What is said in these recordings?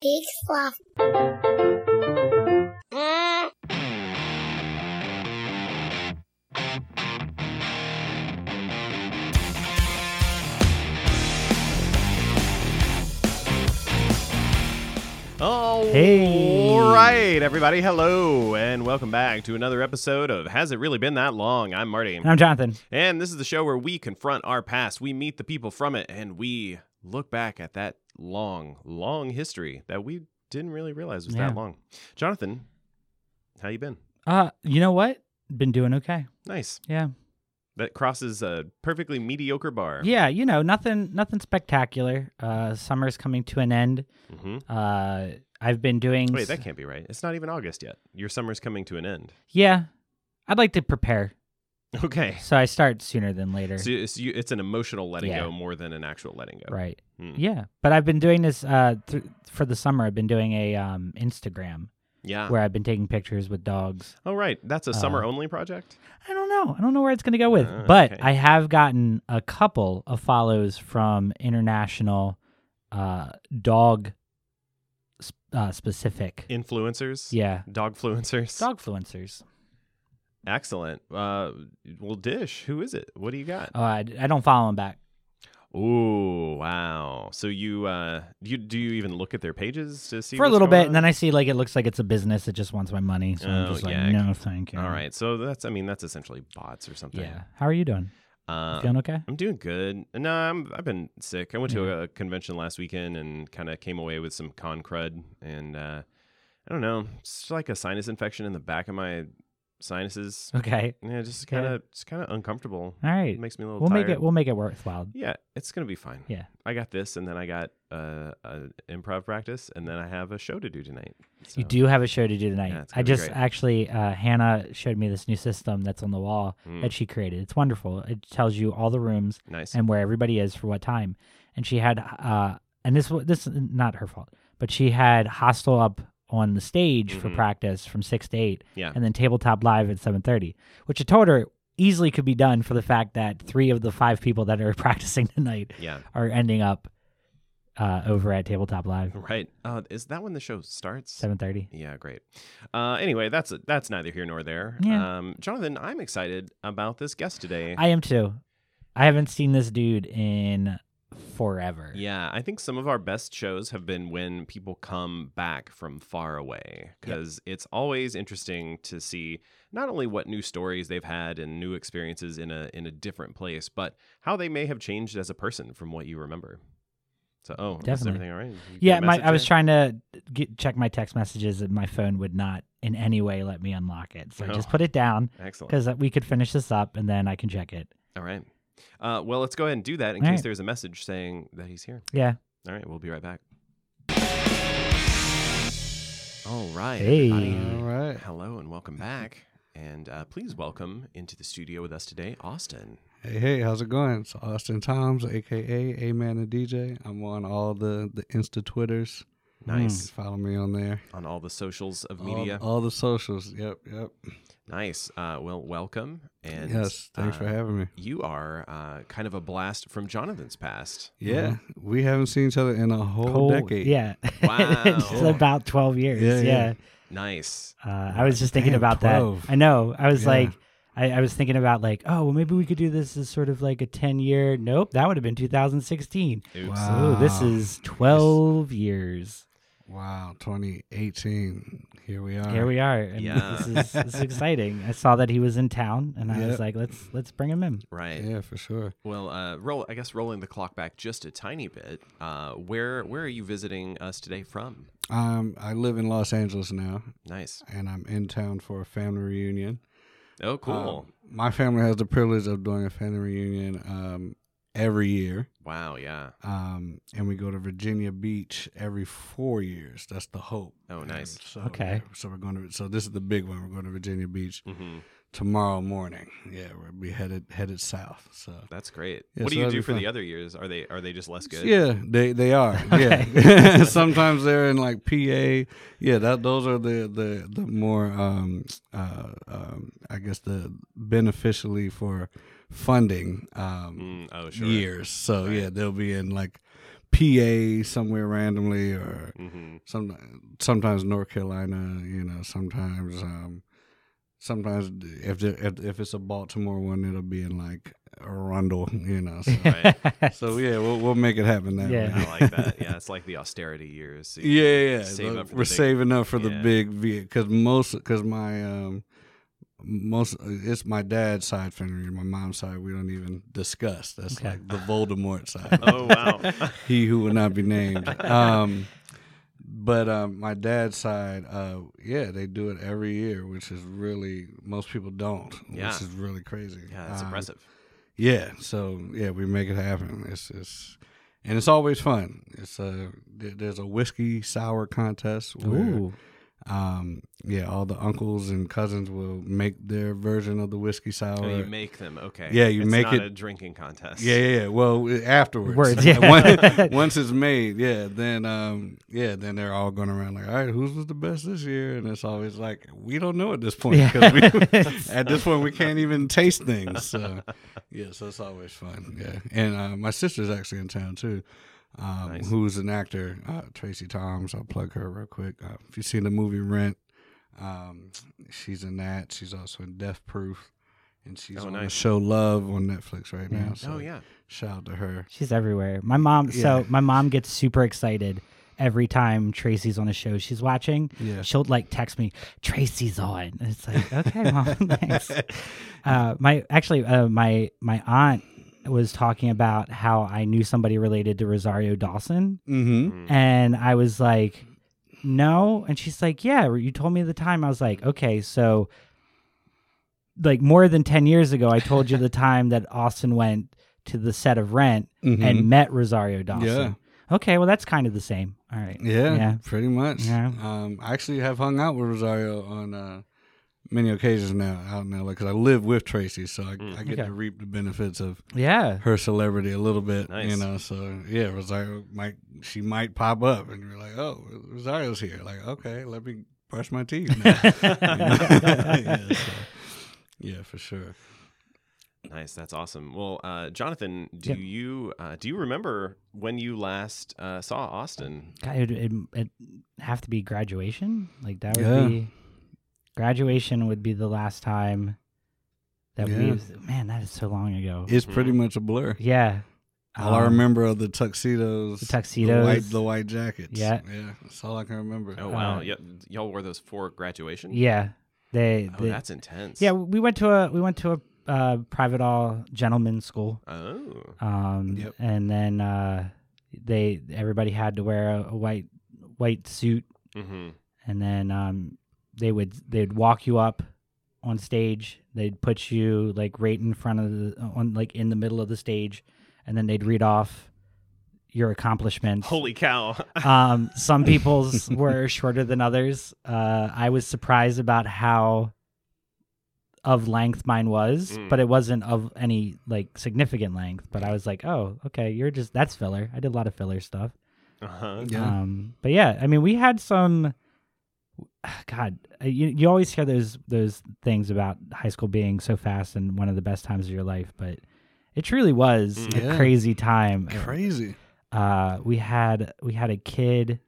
Big sloth. Mm. All Hey. right, everybody. Hello, and welcome back to another episode of Has It Really Been That Long? I'm Marty. And I'm Jonathan. And this is the show where we confront our past, we meet the people from it, and we look back at that long, long history that we didn't really realize was Yeah. that long. Jonathan, how you been? Uh, you know what? Been doing okay. Nice. Yeah. That crosses a perfectly mediocre bar. Yeah, you know, nothing nothing spectacular. Uh summer's coming to an end. hmm Uh I've been doing Wait, s- that can't be right. It's not even August yet. Your summer's coming to an end. Yeah. I'd like to prepare. Okay. So I start sooner than later. So it's, you, it's an emotional letting Yeah. go more than an actual letting go. right. Hmm. Yeah. But I've been doing this uh th- for the summer I've been doing a um Instagram Yeah. where I've been taking pictures with dogs. Oh, right. That's a Uh, summer only project. I don't know. I don't know where it's going to go with. Ah, but okay. I have gotten a couple of follows from international uh, dog sp- uh, specific. Influencers. yeah. Dogfluencers. Dogfluencers. Excellent. Uh, well, Dish, who is it? What do you got? Oh, I, I don't follow them back. Ooh, wow. So you, uh, do you do you even look at their pages to see For a what's little going bit. And then I see like it looks like it's a business that just wants my money. So I'm Oh, just like, yuck. no, thank you. All right. So that's I mean that's essentially bots or something. Yeah. How are you doing? Uh, Feeling okay? I'm doing good. No, I'm I've been sick. I went to a convention last weekend and kind of came away with some con crud and uh, I don't know, it's like a sinus infection in the back of my sinuses. Okay. Yeah, just Okay. kind of it's kind of uncomfortable. All right. It makes me a little We'll tired. make it we'll make it worthwhile. Yeah, it's gonna be fine. Yeah. I got this, and then I got uh, uh improv practice, and then I have a show to do tonight. So, You do have a show to do tonight. Yeah, it's I gonna be just great. actually uh, Hannah showed me this new system that's on the wall Mm. that she created. It's wonderful. It tells you all the rooms Nice. and where everybody is for what time. And she had uh and this wa- this is not her fault, but she had hostel up on the stage for Mhm. practice from 6 to 8 yeah. and then tabletop live at 7:30, which I told her easily could be done for the fact that 3 of the 5 people that are practicing tonight yeah. are ending up uh over at tabletop live Right. Uh, is that when the show starts? 7:30. Yeah, great. Uh, anyway, that's that's neither here nor there. Yeah. Um, Jonathan, I'm excited about this guest today. I am too. I haven't seen this dude in forever. yeah, I think some of our best shows have been when people come back from far away because it's always interesting to see not only what new stories they've had and new experiences in a in a different place, but how they may have changed as a person from what you remember. So, oh, is Definitely. everything all right? You get Yeah, a my, message I was there? trying to get, check my text messages, and my phone would not in any way let me unlock it. So I just Oh. put it down Excellent. because we could finish this up, and then I can check it. All right. Uh, well, let's go ahead and do that in All case right. there's a message saying that he's here. Yeah. All right, we'll be right back. All right. Hey. everybody. right. Hello and welcome back. And uh, please welcome into the studio with us today, Austin. Hey, hey, how's it going? It's Austin Toms, aka A Man and DJ. I'm on all the the Insta Twitters. You Nice. can follow me on there. On all the socials of Hmm. All- media. All, the socials. Yep, yep. Nice. Uh, well, welcome. And yes, thanks uh, for having me. You are uh, kind of a blast from Jonathan's past. Mm-hmm. Yeah, we haven't seen each other in a whole Cool. decade. Yeah. Wow. it's about 12 years. Yeah, Yeah. yeah. Nice. Uh, I was just thinking Damn, about 12. that. I know. I was Yeah. like, I, I was thinking about like, oh, well, maybe we could do this as sort of like a 10 year. Nope. That would have been 2016. Oops. So Wow. this is 12 years. Wow, 2018. Here we are. Here we are. And Yeah. this, is, this is exciting. I saw that he was in town, and I Yep. was like, let's let's bring him in. Right. Yeah, for sure. Well, uh, roll. I guess rolling the clock back just a tiny bit. Uh, where where are you visiting us today from? Um, I live in Los Angeles now, Nice. and I'm in town for a family reunion. Oh, cool. Um, my family has the privilege of doing a family reunion um, every year. wow. Yeah. um, and we go to Virginia Beach every four years. That's the hope. Oh, nice. And So, Okay. So we're going to. So this is the big one. We're going to Virginia Beach hmm tomorrow morning. Yeah, we'll be headed headed south. So. That's great. Yeah, what so do you that'd do be for fun. the other years? Are they are they just less good? Yeah, they they are. Okay. Yeah. Sometimes they're in like PA. Yeah, that those are the the the more um uh um I guess the beneficially for funding um Mm, oh, sure. years. So Right. yeah, they'll be in like PA somewhere randomly, or hmm some sometimes North Carolina. You know, sometimes um, sometimes if the, if if it's a Baltimore one, it'll be in like Arundel. You know, so, Right. so yeah, we'll we'll make it happen that Yeah. way. I like that. Yeah, it's like the austerity years. so you Yeah, can yeah, yeah. Save The- up for we're the big- saving up for yeah. the big vehicle because most because my um most it's my dad's side family, my mom's side. We don't even discuss. That's Okay. like the Voldemort side. Oh wow. he who will not be named. Um, but um, my dad's side, uh, yeah, they do it every year, which is really most people don't, Yeah. which is really crazy. yeah, that's Um, impressive. Yeah, so yeah, we make it happen. It's it's and it's always fun. It's a there- there's a whiskey sour contest. Where, Ooh. Um, yeah, all the uncles and cousins will make their version of the whiskey sour. Oh, you make them. Okay. Yeah, you It's make not it- a drinking contest. Yeah, yeah, yeah. Well, i- afterwards. Words, yeah. Once- Once it's made, yeah, then um, yeah, then they're all going around like, all right, whose was the best this year? And it's always like, we don't know at this point Yeah. 'cause we, at this point we can't even taste things. So yeah, so it's always fun. Yeah, and uh, my sister's actually in town too. Um, Nice. Who's an actor? Uh, Tracy Toms. I'll plug her real quick. Uh, if you've seen the movie Rent, um, she's in that. She's also in Death Proof, and she's Oh, on the nice. show Love on Netflix right now. So Oh yeah. Shout out to her. She's everywhere. My mom, Yeah. so my mom gets super excited every time Tracy's on a show she's watching. Yeah. She'll like text me, Tracy's on. And it's like, okay, mom, thanks. Uh, my actually, uh, my my aunt was talking about how I knew somebody related to Rosario Dawson, Mm-hmm. Mm, and I was like, no, and she's like, yeah, you told me the time. I was like, okay, so like more than ten years ago, I told you the time that Austin went to the set of Rent Mm-hmm. and met Rosario Dawson. Okay, well that's kind of the same. All right. yeah, Yeah. pretty much. Yeah. Um, I actually have hung out with Rosario on uh, many occasions now out in LA because I live with Tracy, so I, Mm. I get Okay. to reap the benefits of Yeah. her celebrity a little bit. You Nice. know, so yeah, Rosario might she might pop up and you're like, oh, Rosario's here. Like, okay, let me brush my teeth. Now. yeah, so, yeah, for sure. Nice, that's awesome. Well, uh, Jonathan, do Yeah. you uh, do you remember when you last uh, saw Austin? God, it it it'd have to be graduation. Like that would Yeah. be graduation would be the last time that Yeah. we man, that is so long ago. It's Mm. pretty much a blur. yeah. All I Um, remember are the tuxedos, the the tuxedos. white, the white jackets. Yeah. yeah, that's all I can remember. Oh wow, Uh, yeah, y'all wore those for graduation. Yeah. They, oh, they- that's intense. Yeah, we went to a we went to a uh, private all gentlemen's school. Oh, Um, Yep. and then uh, they everybody had to wear a, a white white suit hmm and then um, they would they'd walk you up on stage. They'd put you like right in front of the on like in the middle of the stage, and then they'd read off your accomplishments. holy cow! Um, some people's were shorter than others. Uh, I was surprised about how of length mine was, Mm. but it wasn't of any like significant length. But I was like, oh, okay, you're just that's filler. I did a lot of filler stuff. Uh-huh. Yeah. Um, but yeah, I mean, we had some. God, uh, you you always hear those those things about high school being so fast and one of the best times of your life, but it truly was Mm. a Yeah. crazy time. Crazy. Uh, we had we had a kid.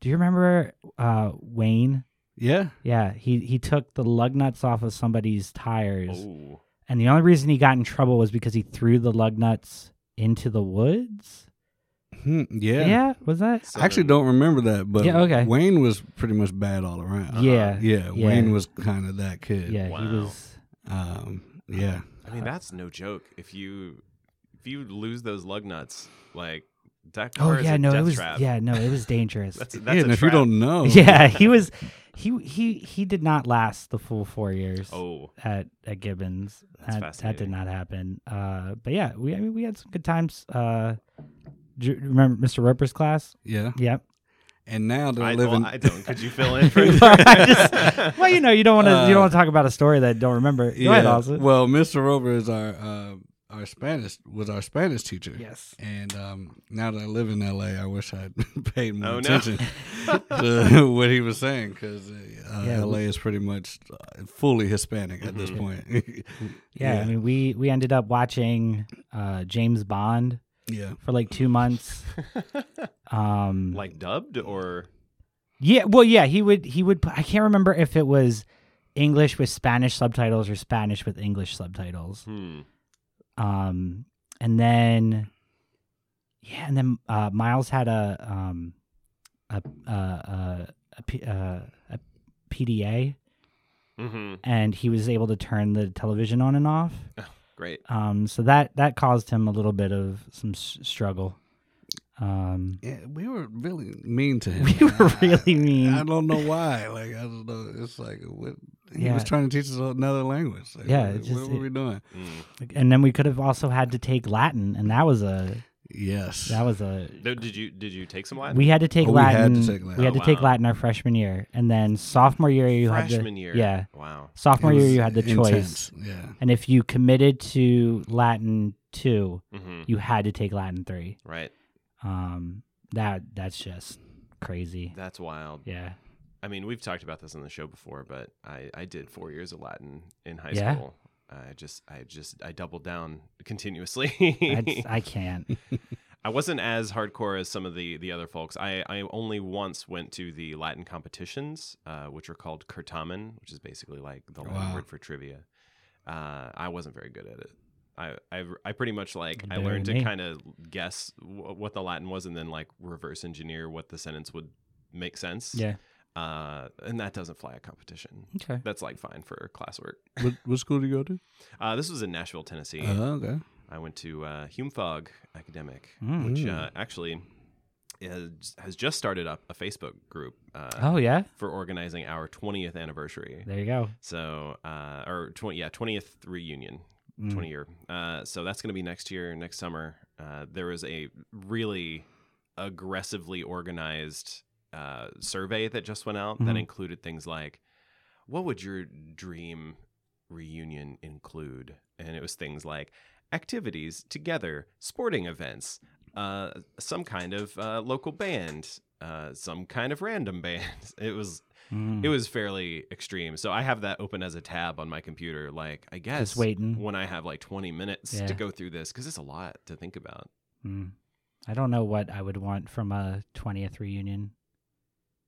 Do you remember uh, Wayne? Yeah. Yeah, he he took the lug nuts off of somebody's tires, Oh, and the only reason he got in trouble was because he threw the lug nuts into the woods. Hmm, yeah. was that? so I actually don't remember that, but Yeah, okay. Wayne was pretty much bad all around. Yeah, Yeah, Yeah. Wayne was kind of that kid. yeah, Uh-huh. Wow. he was. Um, yeah. I mean, that's no joke. If you if you lose those lug nuts, like that Oh car is yeah, a no, it death was trap. yeah, no, it was dangerous. that's, that's yeah, a and if trap. you don't know. yeah, he was he he he did not last the full four years Oh, at at Gibbons. That's that, that did fascinating. not happen. Uh, but yeah, we I mean, we had some good times. Uh, do you remember Mr. Roper's class? Yeah. Yep. And now they're I, living. well, I don't. Could you fill in for I just- well, you know, you don't want to you Uh, don't want to talk about a story that I don't remember. Go ahead, Ozzy. Well, Mr. Rover is our uh, our Spanish was our Spanish teacher. yes. And um, now that I live in LA, I wish I'd paid more Oh, no. attention to what he was saying because uh, Yeah, LA is pretty much uh, fully Hispanic at this Mhm. point. Yeah, I Yeah. mean, we we ended up watching uh, James Bond Yeah. for like two months. Um, like dubbed or yeah, well, yeah, he would he would. I can't remember if it was English with Spanish subtitles or Spanish with English subtitles. hmm. Um, and then yeah, and then uh, Miles had a um a a a, a, P, uh, a PDA, hmm and he was able to turn the television on and off. Great. Um, so that that caused him a little bit of some s- struggle. Um, Yeah, we were really mean to him. we were really mean. I don't know why. Like I don't know. It's like what he Yeah. was trying to teach us another language. Like, Yeah, what- it just- what were we doing? Mm. and then we could have also had to take Latin, and that was a Yes. that was a Though, Did you did you take some Latin? we had to take Oh, we had to Latin. take Latin. we had to Oh, take wow. Latin our freshman year, and then sophomore year you had Freshman the, year. Yeah, Wow. It sophomore year was you had the choice, intense. Yeah. and if you committed to Latin two, hmm you had to take Latin three. Right. Um, that that's just crazy. That's wild. Yeah, I mean, we've talked about this on the show before, but I, I did four years of Latin in high Yeah. school. I just I just I doubled down continuously. I, just- I can't. I wasn't as hardcore as some of the the other folks. I, I only once went to the Latin competitions, uh, which are called curtamen, which is basically like the Latin Wow. word for trivia. Uh, I wasn't very good at it. I, I, I pretty much like You're I better learned than to me. kind of guess w- what the Latin was and then like reverse engineer what the sentence would make sense. Yeah. Uh, and that doesn't fly a competition. Okay. That's like fine for classwork. what, what school do you go to? Uh, this was in Nashville, Tennessee. Oh, okay. I went to uh, Hume Fogg Academic, Mm. which uh, actually is, has just started up a Facebook group uh, Oh yeah. for organizing our 20th anniversary. There you go. So, uh, or 20, yeah, 20th reunion, Mm. 20 year. Uh, so that's going to be next year, next summer. Uh, there was a really aggressively organized uh, survey that just went out that Mhm. included things like, what would your dream reunion include? And it was things like activities together, sporting events, uh, some kind of uh, local band, uh, some kind of random band. It was Mm. it was fairly extreme. So I have that open as a tab on my computer. Like I guess waiting. when I have like 20 minutes Mm. Yeah. to go through this because it's a lot to think about. Mm. I don't know what I would want from a 20th reunion.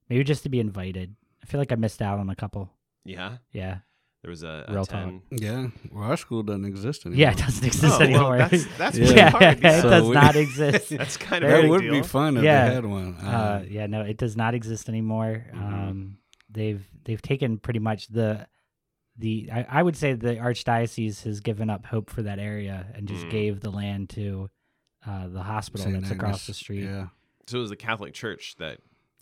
Maybe just to be invited. I feel like I missed out on a couple. Yeah, Yeah. there was a, a Real 10. Yeah. Well, our school doesn't exist anymore. Yeah, it doesn't exist Oh, anymore. well, that's that's Yeah. pretty yeah, hard. it So does we- not exist. That's kind of a That big would deal. be fun if Yeah. they had one. Uh, Um, uh, yeah, no, it does not exist anymore. Mhm. Um, they've they've taken pretty much the the I, I would say the archdiocese has given up hope for that area and just Mm. gave the land to uh, the hospital St. that's across Agnes. the street. Yeah. So it was the Catholic Church that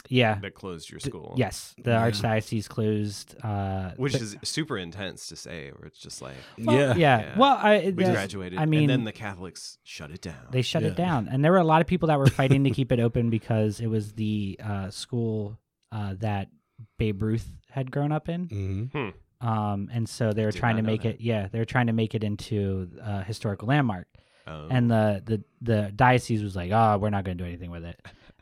Yeah. that closed your D- school. Yes, the Yeah. archdiocese closed. Uh, which th- is super intense to say. Where it's just like well, yeah. yeah. Yeah. Well, I, we that's- graduated, I mean, and then the Catholics shut it down. they shut it Yeah. down, and there were a lot of people that were fighting to keep it open because it was the uh, school uh, that Babe Ruth had grown up in, hmm um, and so they were Did trying not to know make that. it. Yeah, they were trying to make it into a historical landmark, Oh. and the the the diocese was like, "Oh, we're not going to do anything with it."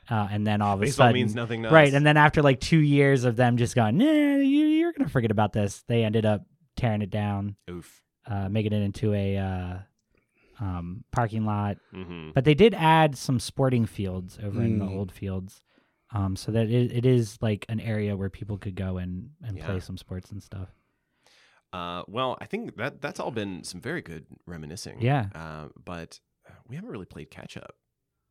Uh, and then all of a baseball sudden, means nothing. To Right, us. and then after like two years of them just going, nah, you, you're gonna forget about this. They ended up tearing it down, oof. uh, making it into a uh, um, parking lot. hmm But they did add some sporting fields over in the Mm. old fields, um, so that it, it is like an area where people could go and and Yeah. play some sports and stuff. Uh, well, I think that that's all been some very good reminiscing. Yeah. Uh, but we haven't really played catch up.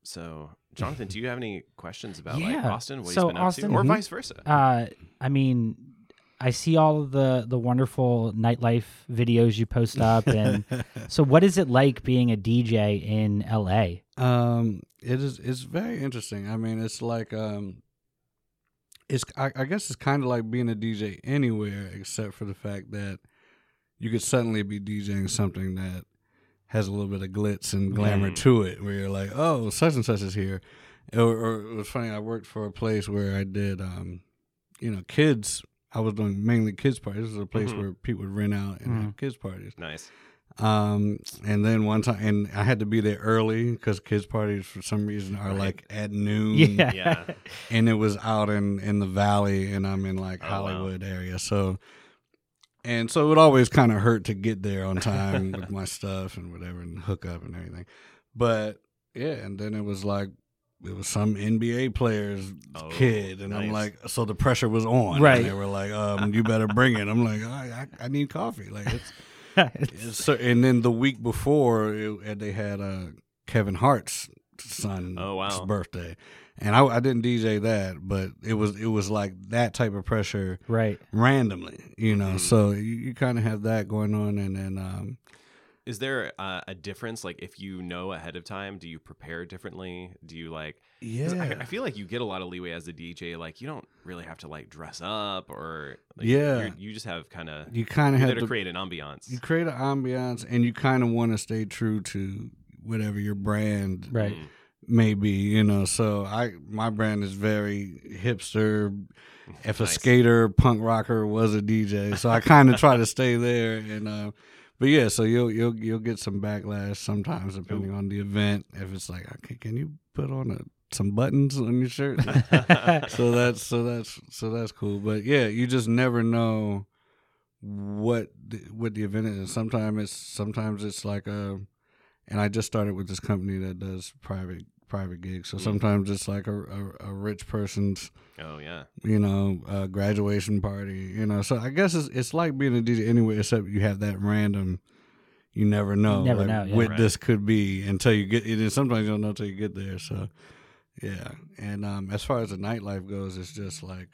So, Jonathan, do you have any questions about like Yeah. Austin, what So, he's been up Austin- to, or Mhm. vice versa? Uh, I mean, I see all of the the wonderful nightlife videos you post up, and so what is it like being a DJ in LA? Um, it is. It's very interesting. I mean, it's like um, it's. I, I guess it's kind of like being a DJ anywhere, except for the fact that you could suddenly be DJing something that has a little bit of glitz and glamour Mm. to it, where you're like, oh, such and such is here. Or, or it was funny. I worked for a place where I did, um, you know, kids. I was doing mainly kids parties. This was a place Mhm. where people would rent out and have kids parties. Nice. Um, and then one time, and I had to be there early because kids' parties for some reason are Right. like at noon. Yeah. Yeah. And it was out in in the valley, and I'm in like Oh, wow. Hollywood area, so. And so it would always kind of hurt to get there on time with my stuff and whatever and hook up and everything, but yeah, and then it was like it was some NBA player's Oh, kid, and I'm nice. like, so the pressure was on. Right. And they were like, um, you better bring it. I'm like, I, I, I need coffee. Like it's, it's so, and then the week before, it, and they had uh, Kevin Hart's son. Oh, wow. birthday, and I, I didn't DJ that, but it was it was like that type of pressure right. randomly, you know. Mhm. So you, you kind of have that going on, and then um, Is there uh, a difference? Like, if you know ahead of time, do you prepare differently? Do you like? 'cause yeah, I, I feel like you get a lot of leeway as a DJ. Like, you don't really have to like dress up or like, Yeah. you're- You just have kind of you kind of there have to to create an ambiance. you create an ambiance, and you kind of want to stay true to whatever your brand Right. Mm. may be, you know. So I my brand is very hipster. Mm. If a Nice. skater, punk rocker was a DJ, so I kind of try to stay there, and uh, but yeah, so you'll you'll you'll get some backlash sometimes depending on the event. If it's like, okay, can you put on a, some buttons on your shirt? so that's so that's so that's cool. But yeah, you just never know what the, what the event is. Sometimes it's sometimes it's like a, and I just started with this company that does private private gigs. So Mm. sometimes it's like a a, a rich person's oh yeah. you know uh, graduation party. You know, so I guess it's it's like being a DJ anyway, except you have that random. You never know, Never like, know, yeah. what Right. this could be until you get. And then sometimes you don't know until you get there. So, yeah. And um, as far as the nightlife goes, it's just like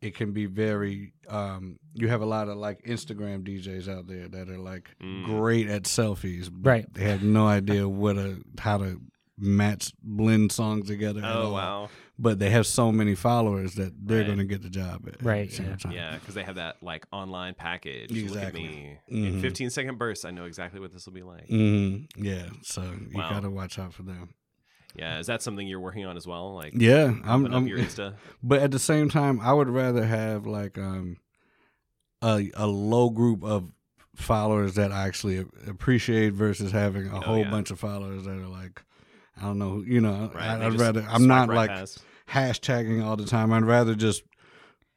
it can be very. Um, you have a lot of like Instagram DJs out there that are like Mm. great at selfies, but Right. They have no idea what a how to match blend songs together. at Oh all. wow. But they have so many followers that they're Right. going to get the job at Right, every single yeah. time. Yeah, because they have that like online package. Look at Exactly. me in Mhm. 15 second bursts. I know exactly what this will be like. Mhm. Yeah, so you Wow. gotta watch out for them. Yeah, is that something you're working on as well? Like, Yeah, I'm. popping up I'm your Insta. but at the same time, I would rather have like um a a low group of followers that I actually a- appreciate versus having a Oh, whole yeah. bunch of followers that are like I don't know, you know. Right, I, they I'd just rather I'm swipe not right like past. hashtagging all the time. I'd rather just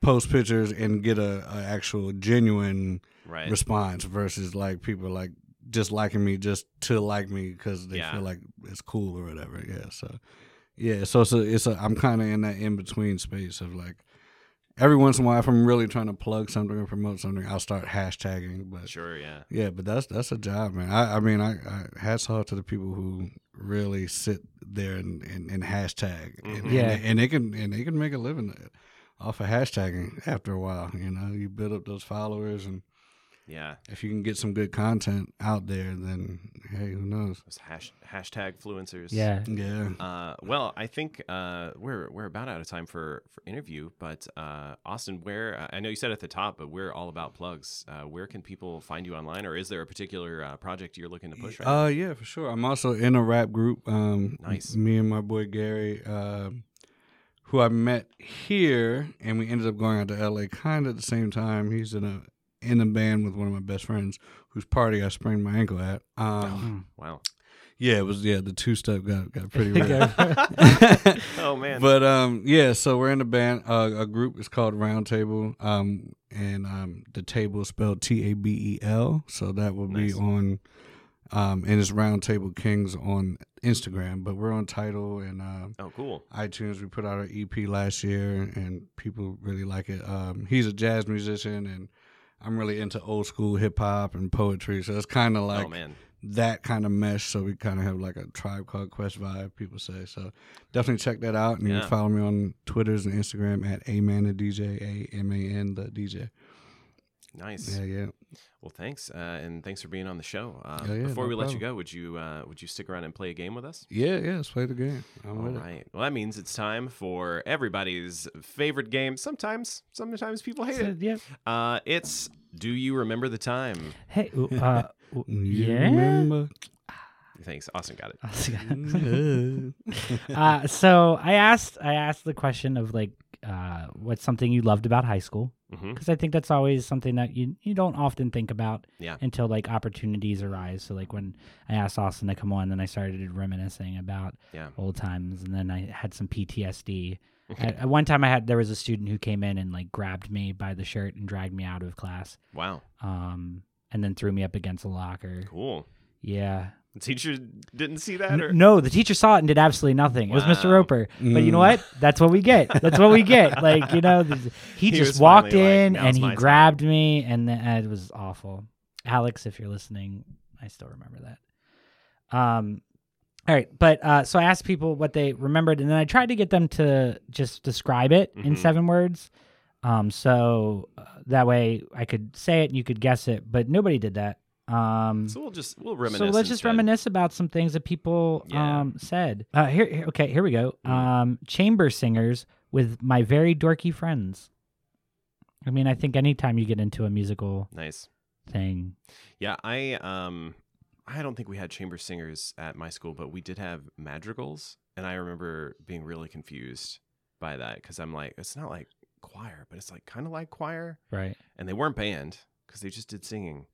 post pictures and get a, a actual genuine right. response versus like people like just liking me just to like me because they Yeah. feel like it's cool or whatever. Yeah. So yeah. So so it's a, I'm kind of in that in between space of like every once in a while if I'm really trying to plug something or promote something, I'll start hashtagging. But Sure. Yeah. yeah, but that's that's a job, man. I, I mean, I, I hats off to the people who really sit there and, and, and hashtag, Mhm. and, Yeah. and, and they can and they can make a living off of hashtagging after a while. You know, you build up those followers and Yeah. if you can get some good content out there, then hey, who knows? Those hash, hashtag fluencers. Yeah. Yeah. Uh, well, I think uh, we're we're about out of time for for interview. But uh, Austin, where I know you said at the top, but we're all about plugs. Uh, where can people find you online, or is there a particular uh, project you're looking to push right Uh, yeah, for sure. I'm also in a rap group. Um, Nice. Me and my boy Gary, um, who I met here, and we ended up going out to LA kind of at the same time. He's in a in a band with one of my best friends, whose party I sprained my ankle at. Oh. Um, Mm. now? yeah, it was yeah the two step got got pretty Yeah. rough. Wow. oh man. But um, yeah, so we're in a band. Uh, a group is called Roundtable. Um, and um, the table is spelled T A B E L. So that will Nice. be on, um, and it's Roundtable Kings on Instagram. But we're on Title and um, oh, cool. iTunes. We put out our EP last year, and people really like it. Um, he's a jazz musician, and I'm really into old school hip hop and poetry. So it's kind of like oh man. that kind of mesh. So we kind of have like a tribe called Quest vibe, people say. So definitely check that out. And you Yeah. can follow me on Twitters and Instagram at A Man the DJ, A M A N the DJ. Nice. Yeah, yeah. Well, thanks, uh, and thanks for being on the show. Uh, Yeah, yeah, before no we let you go, would you uh, would you stick around and play a game with us? Yeah, yeah. Let's play the game. I'm All with it. right. Well, that means it's time for everybody's favorite game. Sometimes, sometimes people hate So, it. yeah. Uh, it's Do You Remember the Time? Hey. ooh, Uh, ooh, You yeah. remember? Thanks. Austin got it. Mm, uh, so I asked I asked the question of like uh, what's something you loved about high school hmm because I think that's always something that you you don't often think about Yeah. until like opportunities arise. So like when I asked Austin to come on, then I started reminiscing about Yeah. old times, and then I had some PTSD. at, at one time, I had there was a student who came in and like grabbed me by the shirt and dragged me out of class, Wow. um, and then threw me up against a locker. Cool. Yeah, The teacher didn't see that, or N- No, the teacher saw it and did absolutely nothing. It was Mr. Wow. Roper. But you know Mm. what? That's what we get. That's what we get. Like, you know, th- he, He just was walked finally like, in "Now's and my he time." grabbed me, and th- uh, it was awful. Alex, if you're listening, I still remember that. Um, all right. But uh, so I asked people what they remembered, and then I tried to get them to just describe it in Mhm. seven words. Um, so uh, that way I could say it and you could guess it, but nobody did that. Um, so we'll just we'll reminisce. so let's just instead. reminisce about some things that people Yeah. um, said. Uh, here, here- okay, here we go. Mm. Um, chamber singers with my very dorky friends. I mean, I think anytime you get into a musical Nice. thing, Yeah, I um, I don't think we had chamber singers at my school, but we did have madrigals, and I remember being really confused by that because I'm like, it's not like choir, but it's like kind of like choir, right? and they weren't banned because they just did singing.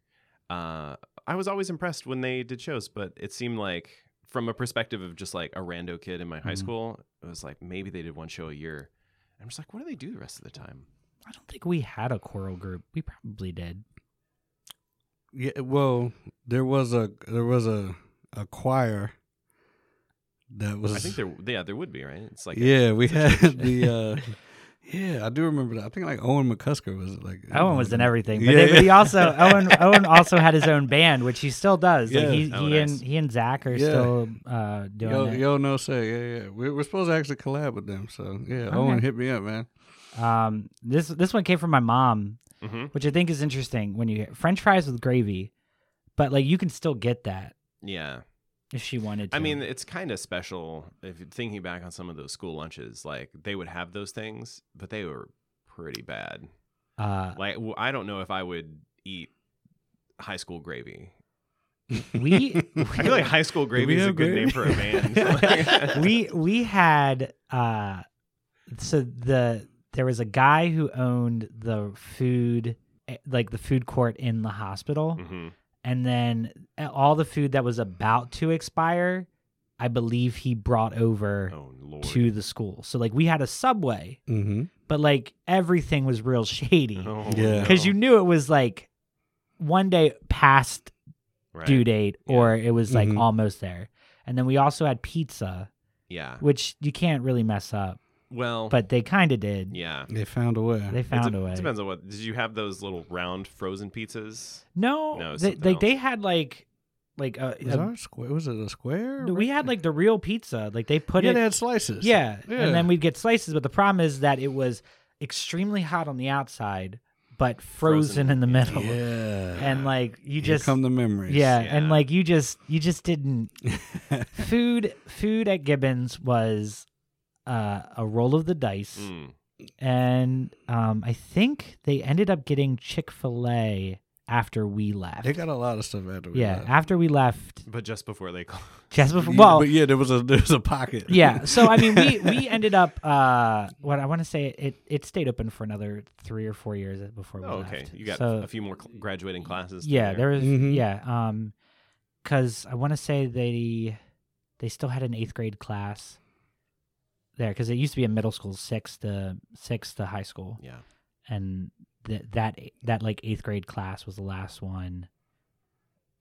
Uh, I was always impressed when they did shows, but it seemed like from a perspective of just like a rando kid in my high Mhm. school, it was like maybe they did one show a year. I'm just like, what do they do the rest of the time? I don't think we had a choral group. We probably did. Yeah, well, there was a there was a a choir that was. I think there, yeah, there would be, right? It's like, a, yeah, we situation. had the. uh Yeah, I do remember that. I think like Owen McCusker was like Owen was in everything, but, Yeah, they, but he yeah. also Owen Owen also had his own band, which he still does. Like Yeah. he, Oh, he nice. and he and Zach are Yeah. still uh, doing Yo, it. yo, no say, yeah, yeah. We are supposed to actually collab with them, so yeah. Owen Okay. hit me up, man. Um, this this one came from my mom. hmm which I think is interesting when you get French fries with gravy, but like you can still get that yeah. if she wanted to. I mean, it's kind of special if you're thinking back on some of those school lunches. Like they would have those things, but they were pretty bad. uh, Like w- I don't know if I would eat high school gravy. we I feel like high school gravy is a have good name for a band. we we had uh, so the there was a guy who owned the food eh, like the food court in the hospital, hmm and then eh, all the food that was about to expire, I believe he brought over. Oh lord. To the school, so like we had a subway, Mm-hmm. but like everything was real shady. Oh, Yeah. because you knew it was like one day past Right. due date or it was like Mhm. almost there and then we also had pizza Yeah. which you can't really mess up Well. but they kind of did Yeah. They found a way. they It found de- a way Depends on what. Did you have those little round frozen pizzas? no, No, it's they, something like else. they had like like a, was a- our square? Was it a square? uh, we had like the real pizza like they put yeah, it they had slices. yeah, Yeah. and then we'd get slices but the problem is that it was extremely hot on the outside but frozen, Frozen, in the yeah. middle yeah. and like you Here just come the memories. yeah, Yeah. and like you just you just didn't food food at Gibbons was uh, a roll of the dice, Mm. and um, I think they ended up getting Chick Fil A after we left. they got a lot of stuff after. We yeah, left. after we left, But just before they call. just before. Yeah, Well, but yeah, there was a there was a pocket. yeah. So I mean, we we ended up uh, what I want to say it it stayed open for another three or four years before we Oh, left. okay. You got So- a few more cl- graduating classes. to Yeah, there. there was Mhm. yeah, um, because I want to say they they still had an eighth grade class there because it used to be a middle school six to six to high school, Yeah. and th- that that like eighth grade class was the last one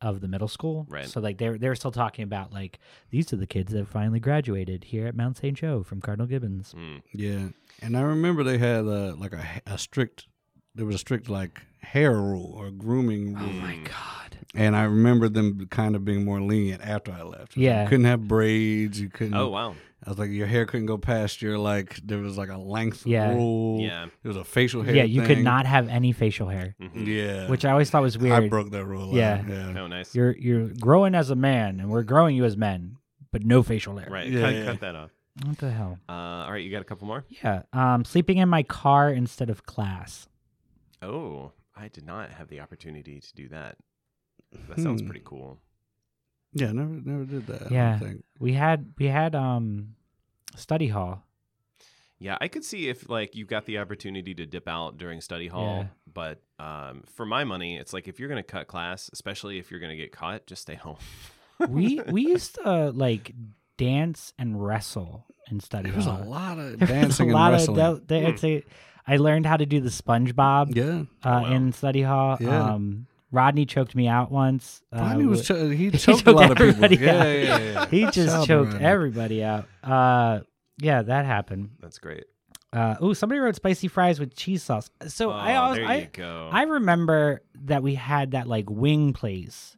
of the middle school. Right. So like they were- they were still talking about like these are the kids that finally graduated here at Mount St. Joe from Cardinal Gibbons. Mm. yeah. And I remember they had uh, like a, a strict. There was a strict like hair rule or grooming Oh rule, my Mm. god. and I remember them kind of being more lenient after I left. Yeah. you couldn't have braids. You couldn't. Oh wow. I was like, your hair couldn't go past your like. There was like a length Yeah. rule. Yeah. there was a facial hair. Yeah, you could thing. not have any facial hair, Mhm. Yeah, which I always thought was weird. I broke that rule. Yeah. out. yeah. Oh, nice. You're you're growing as a man, and we're growing you as men, but no facial hair. right. Yeah, cut, yeah. cut that off. What the hell? Uh, all right, you got a couple more. Yeah. Um, sleeping in my car instead of class. Oh, I did not have the opportunity to do that. That sounds Hmm. pretty cool. Yeah, never never did that. I don't Yeah. think. We had we had um, study hall. Yeah, I could see if like you got the opportunity to dip out during study hall, Yeah. but um, for my money, it's like if you're gonna cut class, especially if you're gonna get caught, just stay home. We we used to uh, like dance and wrestle in study There was a hall. lot of There was dancing a lot and wrestling. Of, that- that- Hmm. it's a- I learned how to do the SpongeBob yeah, Oh, uh, Wow. in study hall. Yeah. Um, Rodney choked me out once. Uh, Rodney was wh- cho- he he choked a choked lot of people. everybody Yeah, out. yeah, yeah. he just Shout out to choked Rodney. everybody out. Uh, yeah, that happened. That's great. Uh, oh, somebody wrote spicy fries with cheese sauce. So oh, I, also, there you I, go. I remember that we had that like wing place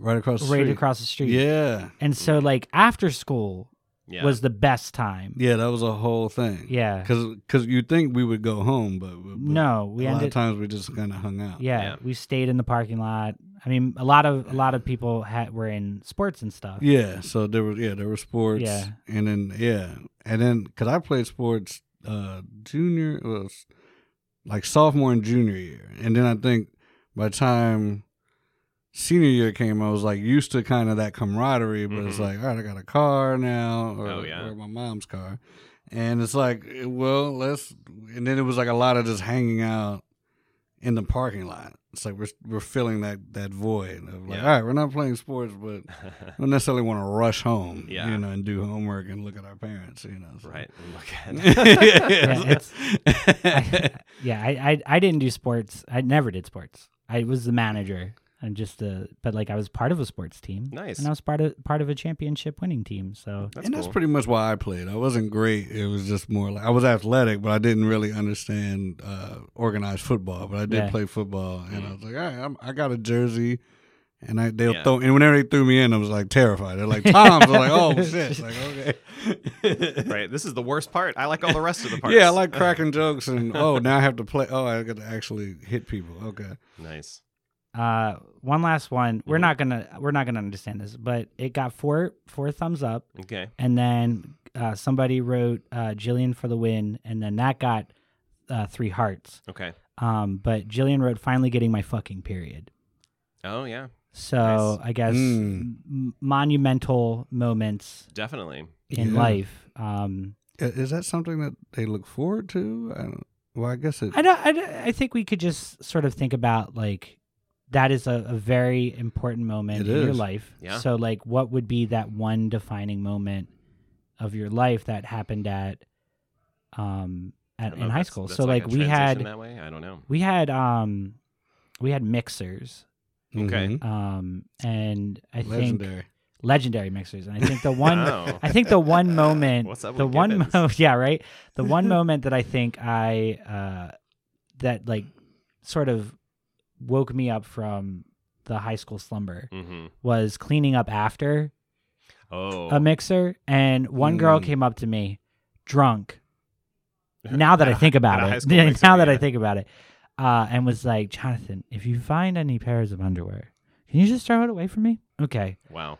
Right across the right street. across the street. Yeah, And so like after school yeah. was the best time. yeah, that was a whole thing. Yeah. because you think we would go home, but, but No, a we lot of ended. times we just kind of hung out. Yeah, Yeah. we stayed in the parking lot. I mean, a lot of a lot of people had, were in sports and stuff. yeah. So there was yeah there were sports. Yeah. and then yeah, and then because I played sports uh junior well, s- like sophomore and junior year, and then I think by the time senior year came, I was like used to kind of that camaraderie, but it's Mhm. like all right, I got a car now, or, Oh, yeah. or my mom's car. And it's like, eh, well, let's. And then it was like a lot of just hanging out in the parking lot. It's like we're we're filling that that void of like, Yeah. all right, we're not playing sports, but we don't necessarily want to rush home, Yeah. you know, and do homework and look at our parents, you know. so- right. Look at. Yeah, it's- Yeah, I, I I didn't do sports. I never did sports. I was the manager and just the but like I was part of a sports team. Nice. And I was part of part of a championship winning team. So That's and cool. that's pretty much why I played. I wasn't great. It was just more like I was athletic, but I didn't really understand uh, organized football. But I did Yeah. play football, and Mhm. I was like, all right, I'm, I got a jersey. And I, they'll Yeah. throw, and whenever they threw me in, I was like terrified. They're like, Tom. I was like, oh shit. Like, okay. right. This is the worst part. I like all the rest of the parts. Yeah, I like cracking jokes and oh, now I have to play. Oh, I got to actually hit people. Okay. nice. uh one last one. We're Mhm. not gonna we're not gonna understand this, but it got four four thumbs up Okay. and then uh, somebody wrote uh, Jillian for the win, and then that got uh, three hearts. Okay. Um, but Jillian wrote finally getting my fucking period. Oh yeah. So Nice. I guess Mm. m- monumental moments Definitely. in Yeah. life. Um, I- Is that something that they look forward to? I don't, well, I guess it. I don't. I, don't- I think we could just sort of think about like that is a, a very important moment It in your is. life. Yeah. So like, what would be that one defining moment of your life that happened at, um, I at don't know in if Oh, high that's- school? that's So like, a we transition had that way. I don't know. we had um, we had mixers, okay. Mhm. um, and I think Legendary. legendary mixers, and I think the one. Oh. I think the one moment, What's up the with one, Gibbons? mo- yeah, right. The one moment that I think I uh, that like sort of woke me up from the high school slumber Mm-hmm. was cleaning up after Oh. a mixer, and one girl Mm. came up to me, drunk. Now that I think At a high about it, school mixer, now that I yeah. think about it, uh, and was like, Jonathan, if you find any pairs of underwear, can you just throw it away from me? Okay. Wow.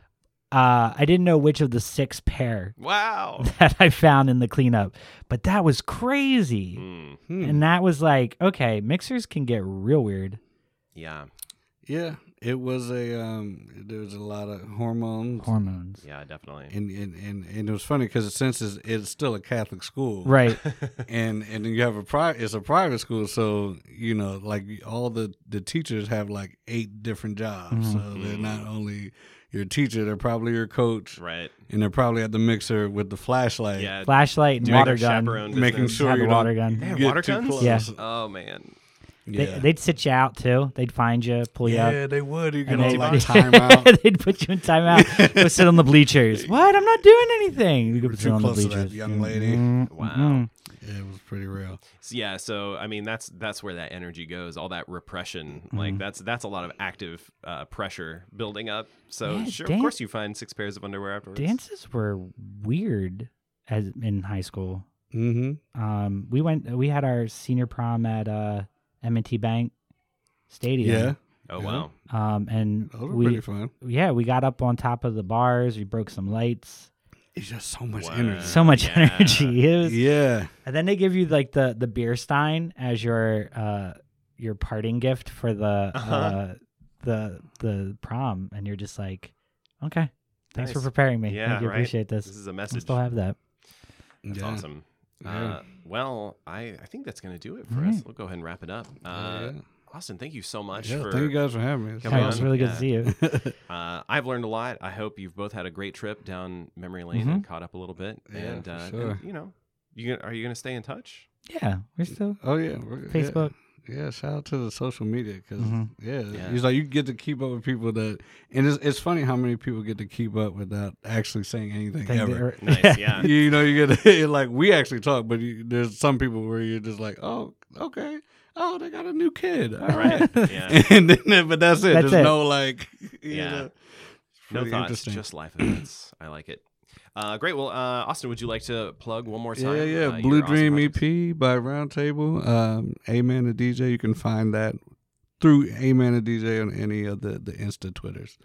Uh, I didn't know which of the six pair Wow. that I found in the cleanup. But that was crazy. Mm, Hmm. And that was like, okay, mixers can get real weird. yeah. yeah, it was a. Um, there was a lot of hormones. Hormones. Yeah. Definitely. and, and, and, and it was funny because since it's, it's still a Catholic school, Right. and and you have a pri- it's a private school, so you know like all the the teachers have like eight different jobs, Mm-hmm. so they're Mhm. not only your teacher, they're probably your coach, right. and they're probably at the mixer with the flashlight, Yeah. Flashlight and doing water a gun. chaperone making business. sure Had the you water don't gun. They They had get water too guns? close. Yeah. Oh man. They, yeah. would sit you out too. They'd find you, pull you yeah, up. they would. You And can they'd, all like time out. they'd put you in timeout. Go sit on the bleachers. What? I'm not doing anything. You could sit too on the close to that bleachers. young lady. Mm, Wow. mm. Yeah, it was pretty real. So, yeah, so I mean that's that's where that energy goes, all that repression. Like that's that's a lot of active uh, pressure building up. So Yeah, sure, dan- of course you find six pairs of underwear afterwards. Dances were weird as in high school. Mm-hmm. Um, we went. We had our senior prom at uh, M&T Bank Stadium. Yeah, Oh Yeah. wow. Um, and those Oh, were we pretty fun. yeah we got up on top of the bars. We broke some lights. It's just so much Wow. energy. So much Uh, Yeah. energy. It was, Yeah, And then they give you like the the beer stein as your uh your parting gift for the uh Uh-huh. the the prom, and you're just like, okay, thanks for Nice. preparing me. Yeah, Thank you, right. appreciate this. This is a I message. still have that. That's Yeah. awesome. Uh, Yeah. well, I, I think that's going to do it for All us. right. We'll go ahead and wrap it up. Uh, Yeah. Austin, thank you so much Oh, Yeah, for. thank you guys for having me. It's Come Hey, fun. it was really good yeah. to see you. Uh, I've learned a lot. I hope you've both had a great trip down memory lane and caught up a little bit. Yeah, and, for uh, and, sure. you know, you gonna- are you going to stay in touch? yeah, we're still Oh yeah, we're- yeah. Facebook. Yeah, shout out to the social media because Mhm. yeah, Yeah. he's like you get to keep up with people that, and it's it's funny how many people get to keep up without actually saying anything Think ever. they're- Nice, yeah. you know, you get to, like we actually talk, but you, there's some people where you're just like, oh, okay, oh, they got a new kid, all right, Right. Yeah. and then but that's it. That's there's it. no like, Yeah. yeah, No thoughts, just life events. I like it. Uh, great. Well, uh, Austin, would you like to plug one more yeah, time? yeah, yeah. uh, your Blue awesome Dream E projects? EP by Roundtable. Um, Amen to DJ. You can find that through Amen to DJ on any of the the Insta Twitters.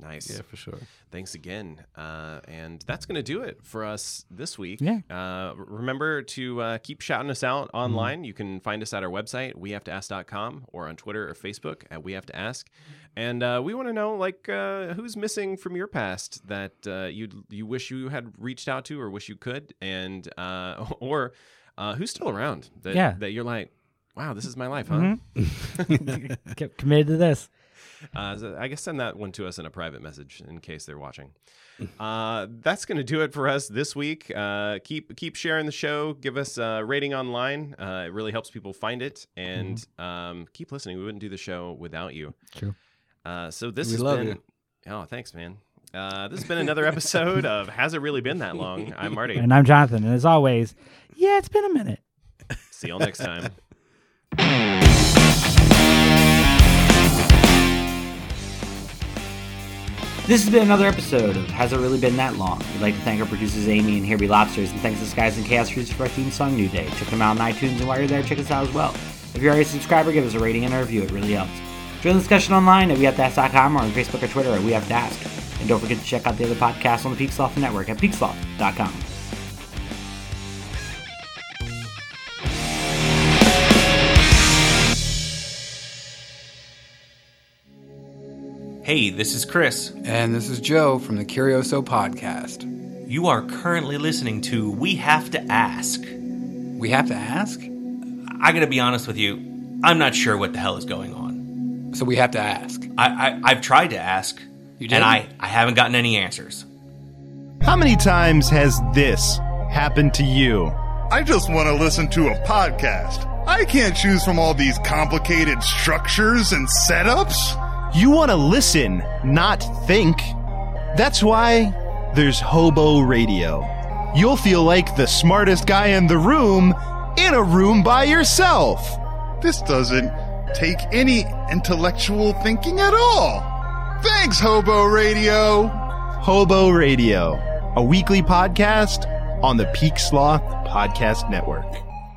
Nice. Yeah, for sure. Thanks again. Uh, and that's going to do it for us this week. Yeah. Mm-hmm. Uh, r- remember to uh, keep shouting us out online. You can find us at our website, wehavetoask.com, or on Twitter or Facebook at We Have to Ask. And uh, we want to know, like, uh, who's missing from your past that uh, you you wish you had reached out to or wish you could, and uh, or uh, who's still around that, Yeah. Mm-hmm. that you're like, wow, this is my life, huh? Kept committed to this. Uh, so I guess send that one to us in a private message in case they're watching. Mm. Uh, that's going to do it for us this week. Uh, keep keep sharing the show. Give us a rating online. Uh, it really helps people find it. And Mm-hmm. um, keep listening. We wouldn't do the show without you. True. Uh, so this We has love been. you. Oh, thanks, man. Uh, this has been another episode of Has It Really Been That Long? I'm Marty. And I'm Jonathan. And as always, yeah, it's been a minute. See y'all next time. This has been another episode of Has It Really Been That Long? We'd like to thank our producers Amy and Here Be Lobsters, and thanks to Skies and Chaos Roots for our theme song New Day. Check them out on iTunes, and while you're there, check us out as well. If you're already a subscriber, give us a rating and a review. It really helps. Join the discussion online at WeHaveToAsk.com or on Facebook or Twitter at We Have to Ask. And don't forget to check out the other podcasts on the Peaksloft Network at peaksloft.com. Hey, this is Chris. And this is Joe from the Curioso podcast. You are currently listening to We Have to Ask. We have to ask? I gotta be honest with you, I'm not sure what the hell is going on. So we have to ask. I, I, I've tried to ask, You and did? I, I haven't gotten any answers. How many times has this happened to you? I just want to listen to a podcast. I can't choose from all these complicated structures and setups. You want to listen, not think. That's why there's Hobo Radio. You'll feel like the smartest guy in the room in a room by yourself. This doesn't take any intellectual thinking at all. Thanks, Hobo Radio. Hobo Radio, a weekly podcast on the Peak Sloth Podcast Network.